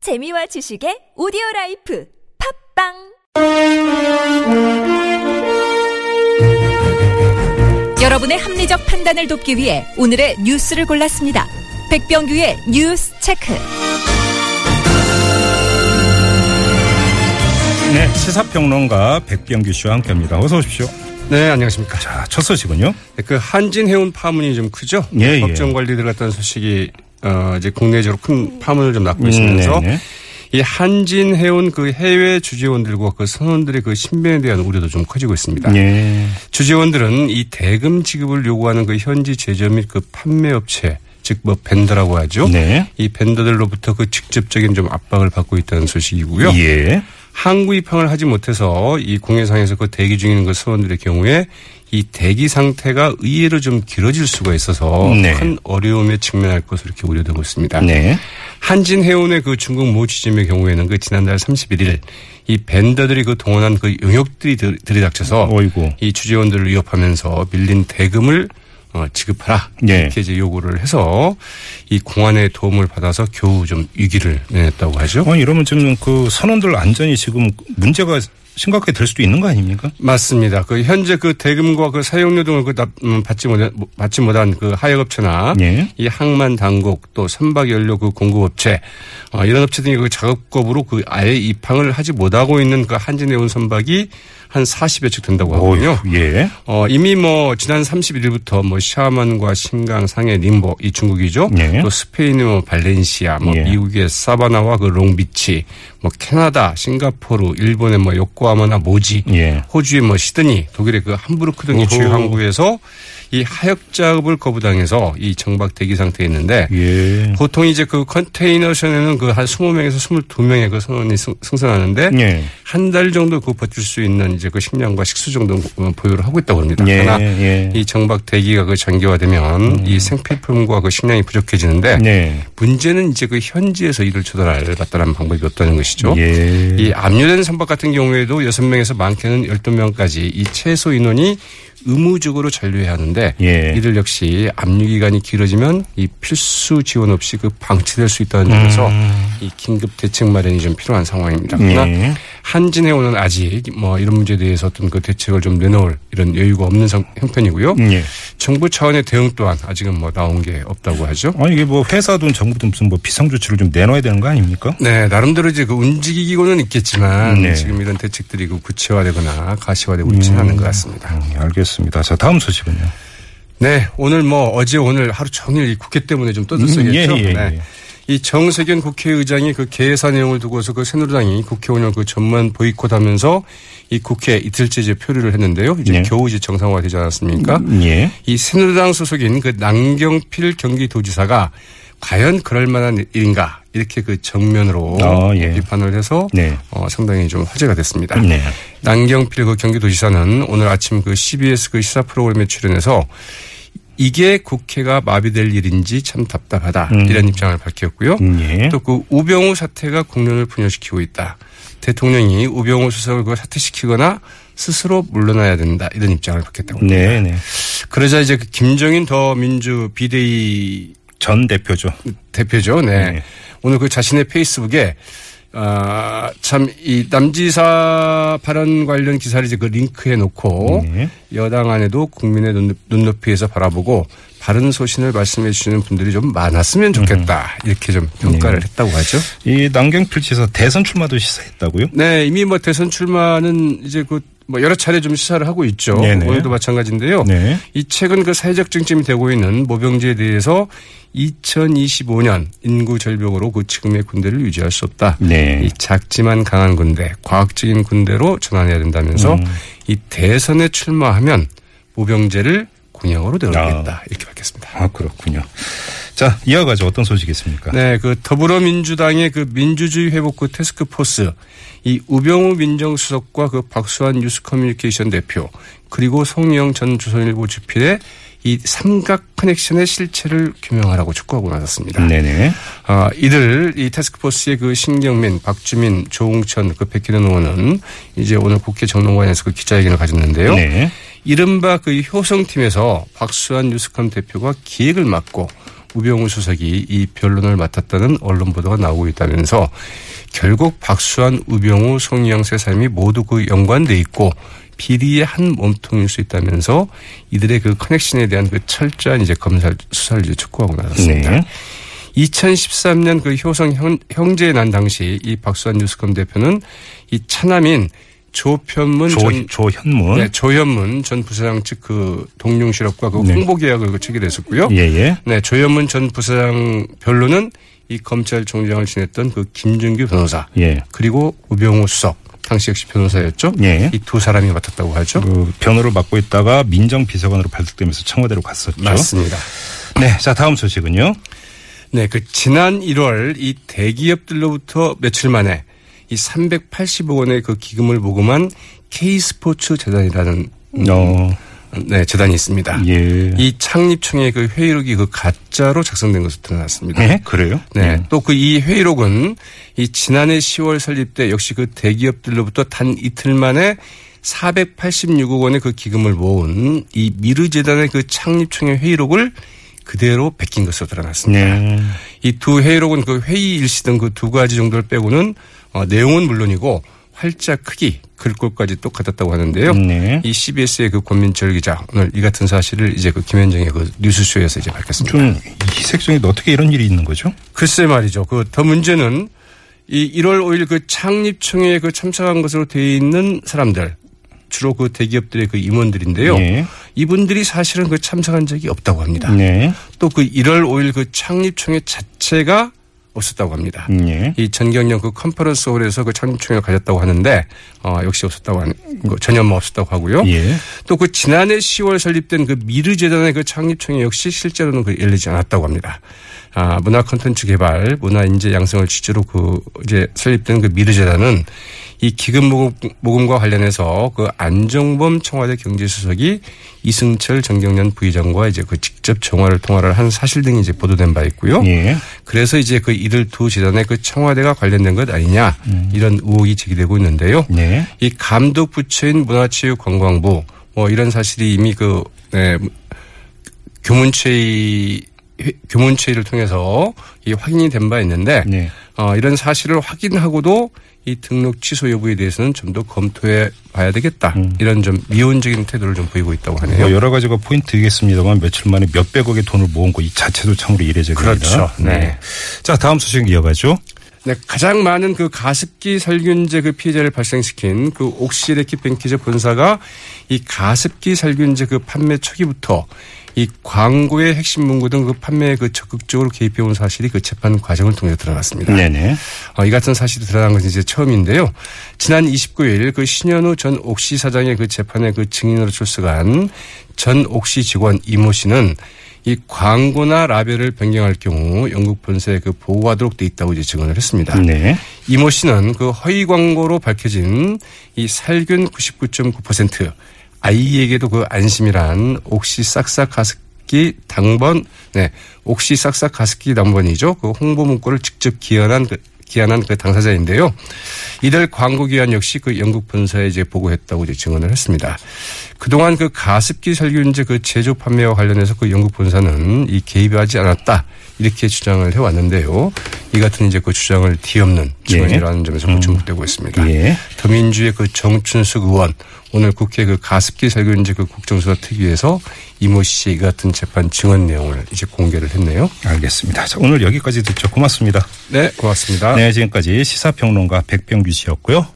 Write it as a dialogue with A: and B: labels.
A: 재미와 지식의 오디오 라이프 팝빵
B: 여러분의 합리적 판단을 돕기 위해 오늘의 뉴스를 골랐습니다. 백병규의 뉴스 체크.
C: 네, 시사평론가 백병규 씨와 함께합니다. 어서 오십시오.
D: 네, 안녕하십니까. 자,
C: 자, 첫 소식은요.
D: 그 한진 해운 파문이 좀 크죠?
C: 예, 예.
D: 법정 관리 들어갔다는 소식이 어, 이제 국내적으로 큰 파문을 좀 낳고 있으면서
C: 네, 네.
D: 이 한진 해운 그 해외 주재원들과 그 선원들의 그 신변에 대한 우려도 좀 커지고 있습니다.
C: 예.
D: 주재원들은 이 대금 지급을 요구하는 그 현지 제조 및 그 판매업체 즉 뭐 벤더라고 하죠.
C: 네.
D: 이 벤더들로부터 그 직접적인 좀 압박을 받고 있다는 소식이고요.
C: 예.
D: 항구 입항을 하지 못해서 이 공해상에서 그 대기 중인 그 수원들의 경우에 이 대기 상태가 의외로 좀 길어질 수가 있어서
C: 네.
D: 큰 어려움에 직면할 것으로 이렇게 우려되고 있습니다.
C: 네.
D: 한진해운의 그 중국 모 지점의 경우에는 그 지난달 31일 이 벤더들이 그 동원한 그 용역들이 들- 들이닥쳐서
C: 어이구.
D: 이 주재원들을 위협하면서 밀린 대금을 어, 지급하라
C: 예.
D: 이렇게 이제 요구를 해서 이 공안의 도움을 받아서 겨우 좀 위기를 내냈다고 하죠.
C: 어, 이러면 지금 그 선원들 안전이 지금 문제가 심각하게 될 수도 있는 거 아닙니까?
D: 맞습니다. 그 현재 그 대금과 그 사용료 등을 그 납- 음, 받지 못한 받지 못한 그 하역업체나
C: 예.
D: 이 항만 당국 또 선박 연료 그 공급업체 어, 이런 업체 등이 그 작업급으로 그 아예 입항을 하지 못하고 있는 그 한진해운 선박이 한 40여 척 된다고 하거든요.
C: 어휴, 예.
D: 어, 이미 뭐 지난 31일부터 뭐 샤만과 신강, 상해, 림보 이 중국이죠.
C: 예.
D: 또 스페인의 뭐 발렌시아, 뭐
C: 예.
D: 미국의 사바나와 그 롱비치, 뭐 캐나다, 싱가포르, 일본의 뭐 요코하마나 모지,
C: 예.
D: 호주의 뭐 시드니, 독일의 그 함부르크 등의
C: 오호.
D: 주요 항구에서 이 하역 작업을 거부당해서 이 정박 대기 상태에 있는데
C: 예.
D: 보통 이제 그 컨테이너션에는 그 한 20명에서 22명의 그 선원이 승- 승선하는데
C: 예.
D: 한 달 정도 그 버틸 수 있는 이제 그 식량과 식수 정도 음, 보유를 하고 있다고 합니다.
C: 예,
D: 그러나
C: 예. 음.
D: 이 정박 대기가 그 장기화되면 이 생필품과 그 식량이 부족해지는데
C: 네.
D: 문제는 이제 그 현지에서 이를 조달할 마땅한 방법이 없다는 것이죠.
C: 예.
D: 이 압류된 선박 같은 경우에도 6명에서 많게는 12명까지 이 최소 인원이 의무적으로 잔류해야 하는데
C: 예.
D: 이들 역시 압류 기간이 길어지면 이 필수 지원 없이 그 방치될 수 있다는 점에서 이 긴급 대책 마련이 좀 필요한 상황입니다. 그러나
C: 음. 예.
D: 한진해운은 아직 뭐 이런 문제에 대해서 어떤 그 대책을 좀 내놓을 이런 여유가 없는 상- 형편이고요.
C: 예.
D: 정부 차원의 대응 또한 아직은 뭐 나온 게 없다고 하죠.
C: 아니, 이게 뭐 회사든 정부든 무슨 뭐 비상조치를 좀 내놔야 되는 거 아닙니까?
D: 네, 나름대로 이제 그 움직이고는 있겠지만
C: 네.
D: 지금 이런 대책들이 그 구체화되거나 가시화되고 있지는 않은 것 같습니다.
C: 음, 알겠습니다. 자, 다음 소식은요.
D: 네, 오늘 뭐 어제 오늘 하루 종일 이 국회 때문에 좀 떠들썩했죠.
C: 음, 예, 예, 예.
D: 네. 이 정세균 국회의장이 그 개사 내용을 두고서 그 새누리당이 국회의원을 그 전면 보이콧하면서 이 국회 이틀째 이제 표류를 했는데요. 이제
C: 예.
D: 겨우 이제 정상화되지 않았습니까?
C: 예.
D: 이 새누리당 소속인 그 남경필 경기도지사가 과연 그럴 만한 일인가 이렇게 그 정면으로
C: 아, 예.
D: 비판을 해서
C: 네.
D: 어, 상당히 좀 화제가 됐습니다.
C: 네.
D: 남경필 그 경기도지사는 오늘 아침 그 CBS 그 시사 프로그램에 출연해서 이게 국회가 마비될 일인지 참 답답하다 이런 입장을 밝혔고요.
C: 음. 예.
D: 또 그 우병우 사태가 국론을 분열시키고 있다. 대통령이 우병우 수석을 그 사퇴시키거나 스스로 물러나야 된다 이런 입장을 밝혔다고 합니다.
C: 네, 네.
D: 그러자 이제 그 김정인 더민주 비대위
C: 전 대표죠.
D: 대표죠. 네.
C: 네.
D: 오늘 그 자신의 페이스북에 아, 참 이 남지사 발언 관련 기사를 이제 그 링크해 놓고
C: 네.
D: 여당 안에도 국민의 눈, 눈높이에서 바라보고 바른 소신을 말씀해 주시는 분들이 좀 많았으면 좋겠다. 이렇게 좀 평가를 했다고 하죠.
C: 이 남경필 지사 대선 출마도 시사했다고요?
D: 네, 이미 뭐 대선 출마는 이제 그뭐 여러 차례 좀 시사를 하고 있죠.
C: 네네.
D: 오늘도 마찬가지인데요.
C: 네.
D: 이 최근 그 사회적 쟁점이 되고 있는 모병제에 대해서 2025년 인구 절벽으로 그 지금의 군대를 유지할 수 없다.
C: 네.
D: 이 작지만 강한 군대, 과학적인 군대로 전환해야 된다면서
C: 음.
D: 이 대선에 출마하면 모병제를 군영으로 내놓겠다 이렇게 밝혔습니다.
C: 아 그렇군요. 자 이어가죠 어떤 소식이 있습니까?
D: 네, 그 더불어민주당의 그 민주주의 회복 그 태스크포스 이 우병우 민정수석과 그 박수환 뉴스 커뮤니케이션 대표 그리고 송영 전 조선일보 주필의 이 삼각 커넥션의 실체를 규명하라고 촉구하고 나섰습니다.
C: 네네.
D: 아, 이들 이 태스크포스의 그 신경민, 박주민, 조웅천, 그 백기련 의원은 이제 오늘 국회 정론관에서 그 기자회견을 가졌는데요.
C: 네.
D: 이른바 그 효성팀에서 박수환 뉴스컴 대표가 기획을 맡고 우병우 수석이 이 변론을 맡았다는 언론 보도가 나오고 있다면서 결국 박수환, 우병우, 송희영 세 사람이 모두 그 연관돼 있고 비리의 한 몸통일 수 있다면서 이들의 그 커넥션에 대한 그 철저한 이제 검사 수사를 이제 촉구하고 나섰습니다.
C: 네.
D: 2013년 그 효성 형, 형제 난 당시 이 박수환 뉴스컴 대표는 이 차남인 조편문
C: 조,
D: 전
C: 조현문.
D: 네, 조현문 전 부사장 측 그 동룡실업과 그
C: 네.
D: 홍보 계약을 그 체결했었고요.
C: 예, 예.
D: 네, 조현문 전 부사장 변론은 이 검찰총장을 지냈던 그 김준규 변호사
C: 예.
D: 그리고 우병우 수석 당시 역시 변호사였죠.
C: 예.
D: 이 두 사람이 맡았다고 하죠.
C: 그 변호를 맡고 있다가 민정비서관으로 발탁되면서 청와대로 갔었죠.
D: 맞습니다.
C: 네. 자, 다음 소식은요.
D: 네, 그 지난 1월 이 대기업들로부터 며칠 만에 이 380억 원의 그 기금을 모금한 K 스포츠 재단이라는 음,
C: 어,
D: 네, 재단이 있습니다.
C: 예.
D: 이 창립총의 그 회의록이 그 가짜로 작성된 것으로 드러났습니다.
C: 네, 그래요?
D: 네. 또 그 이 회의록은 이 지난해 10월 설립 때 역시 그 대기업들로부터 단 이틀 만에 486억 원의 그 기금을 모은 이 미르재단의 그 창립총의 회의록을 그대로 베낀 것으로 드러났습니다.
C: 네.
D: 이 두 회의록은 그 회의 일시 등 그 두 가지 정도를 빼고는 어, 내용은 물론이고 활자 크기, 글꼴까지 똑같았다고 하는데요.
C: 네.
D: 이 CBS의 그 권민철 기자 오늘 이 같은 사실을 이제 그 김현정의 그 뉴스쇼에서 이제 밝혔습니다.
C: 좀 희색성인데 어떻게 이런 일이 있는 거죠?
D: 글쎄 말이죠. 그 더 문제는 이 1월 5일 그 창립총회에 그 참석한 것으로 돼 있는 사람들 주로 그 대기업들의 그 임원들인데요.
C: 예.
D: 이분들이 사실은 그 참석한 적이 없다고 합니다.
C: 네.
D: 또 그 1월 5일 그 창립총회 자체가 없었다고 합니다.
C: 네.
D: 이 전경련 그 컨퍼런스 홀에서 그 창립총회를 가졌다고 하는데 어, 역시 없었다고 하는 거 전혀 뭐 없었다고 하고요.
C: 예.
D: 또 그 지난해 10월 설립된 그 미르재단의 그 창립총회 역시 실제로는 그 열리지 않았다고 합니다. 아, 문화 콘텐츠 개발, 문화 인재 양성을 취지로 그 이제 설립된 그 미르재단은 이 기금 모금- 모금과 관련해서 그 안정범 청와대 경제수석이 이승철 정경련 부의장과 이제 그 직접 정화를 통화를 한 사실 등이 이제 보도된 바 있고요.
C: 예.
D: 그래서 이제 그 이들 두 재단의 그 청와대가 관련된 것 아니냐 이런 의혹이 제기되고 있는데요.
C: 음. 네.
D: 이 감독 부처인 문화체육관광부 뭐 이런 사실이 이미 그 네, 교문체의 회- 교문체의를 통해서 이 확인이 된 바 있는데
C: 네.
D: 어, 이런 사실을 확인하고도 이 등록 취소 여부에 대해서는 좀 더 검토해 봐야 되겠다 이런 좀 미온적인 태도를 좀 보이고 있다고 하네요.
C: 음. 뭐 여러 가지가 포인트이겠습니다만 며칠 만에 몇백억의 돈을 모은 거 이 자체도 참으로 이례적입니다.
D: 그렇죠. 네.
C: 자, 다음 소식 이어가죠.
D: 네, 가장 많은 그 가습기 살균제 그 피해자를 발생시킨 그 옥시레키 뱅키즈 본사가 이 가습기 살균제 그 판매 초기부터 이 광고의 핵심 문구 등 그 판매에 그 적극적으로 개입해온 사실이 그 재판 과정을 통해 드러났습니다.
C: 네네.
D: 어, 이 같은 사실이 드러난 것은 이제 처음인데요. 지난 29일 그 신현우 전 옥시 사장의 그 재판에 그 증인으로 출석한 전 옥시 직원 이모 씨는 이 광고나 라벨을 변경할 경우 영국 본사에 그 보호하도록 돼 있다고 이제 증언을 했습니다.
C: 네.
D: 이모 씨는 그 허위 광고로 밝혀진 이 살균 99.9% 아이에게도 그 안심이란 옥시 싹싹 가습기 당번 네 옥시 싹싹 가습기 당번이죠 그 홍보 문구를 직접 기한한 그 기한한 그 당사자인데요. 이들 광고 기한 역시 그 영국 본사에 이제 보고했다고 이제 증언을 했습니다. 그동안 그 가습기 살균제 그 제조 판매와 관련해서 그 영국 본사는 이 개입하지 않았다 이렇게 주장을 해왔는데요. 이 같은 이제 그 주장을 뒤엎는 증언이라는 점에서 뭐 주목되고 있습니다.
C: 예.
D: 더민주의 그 정춘숙 의원 오늘 국회 그 가습기 살균제 그 국정수사 특위에서 이모 씨 같은 재판 증언 내용을 이제 공개를 했네요.
C: 알겠습니다. 자, 오늘 여기까지 듣죠. 고맙습니다.
D: 네, 고맙습니다.
C: 네, 지금까지 시사평론가 백병규 씨였고요.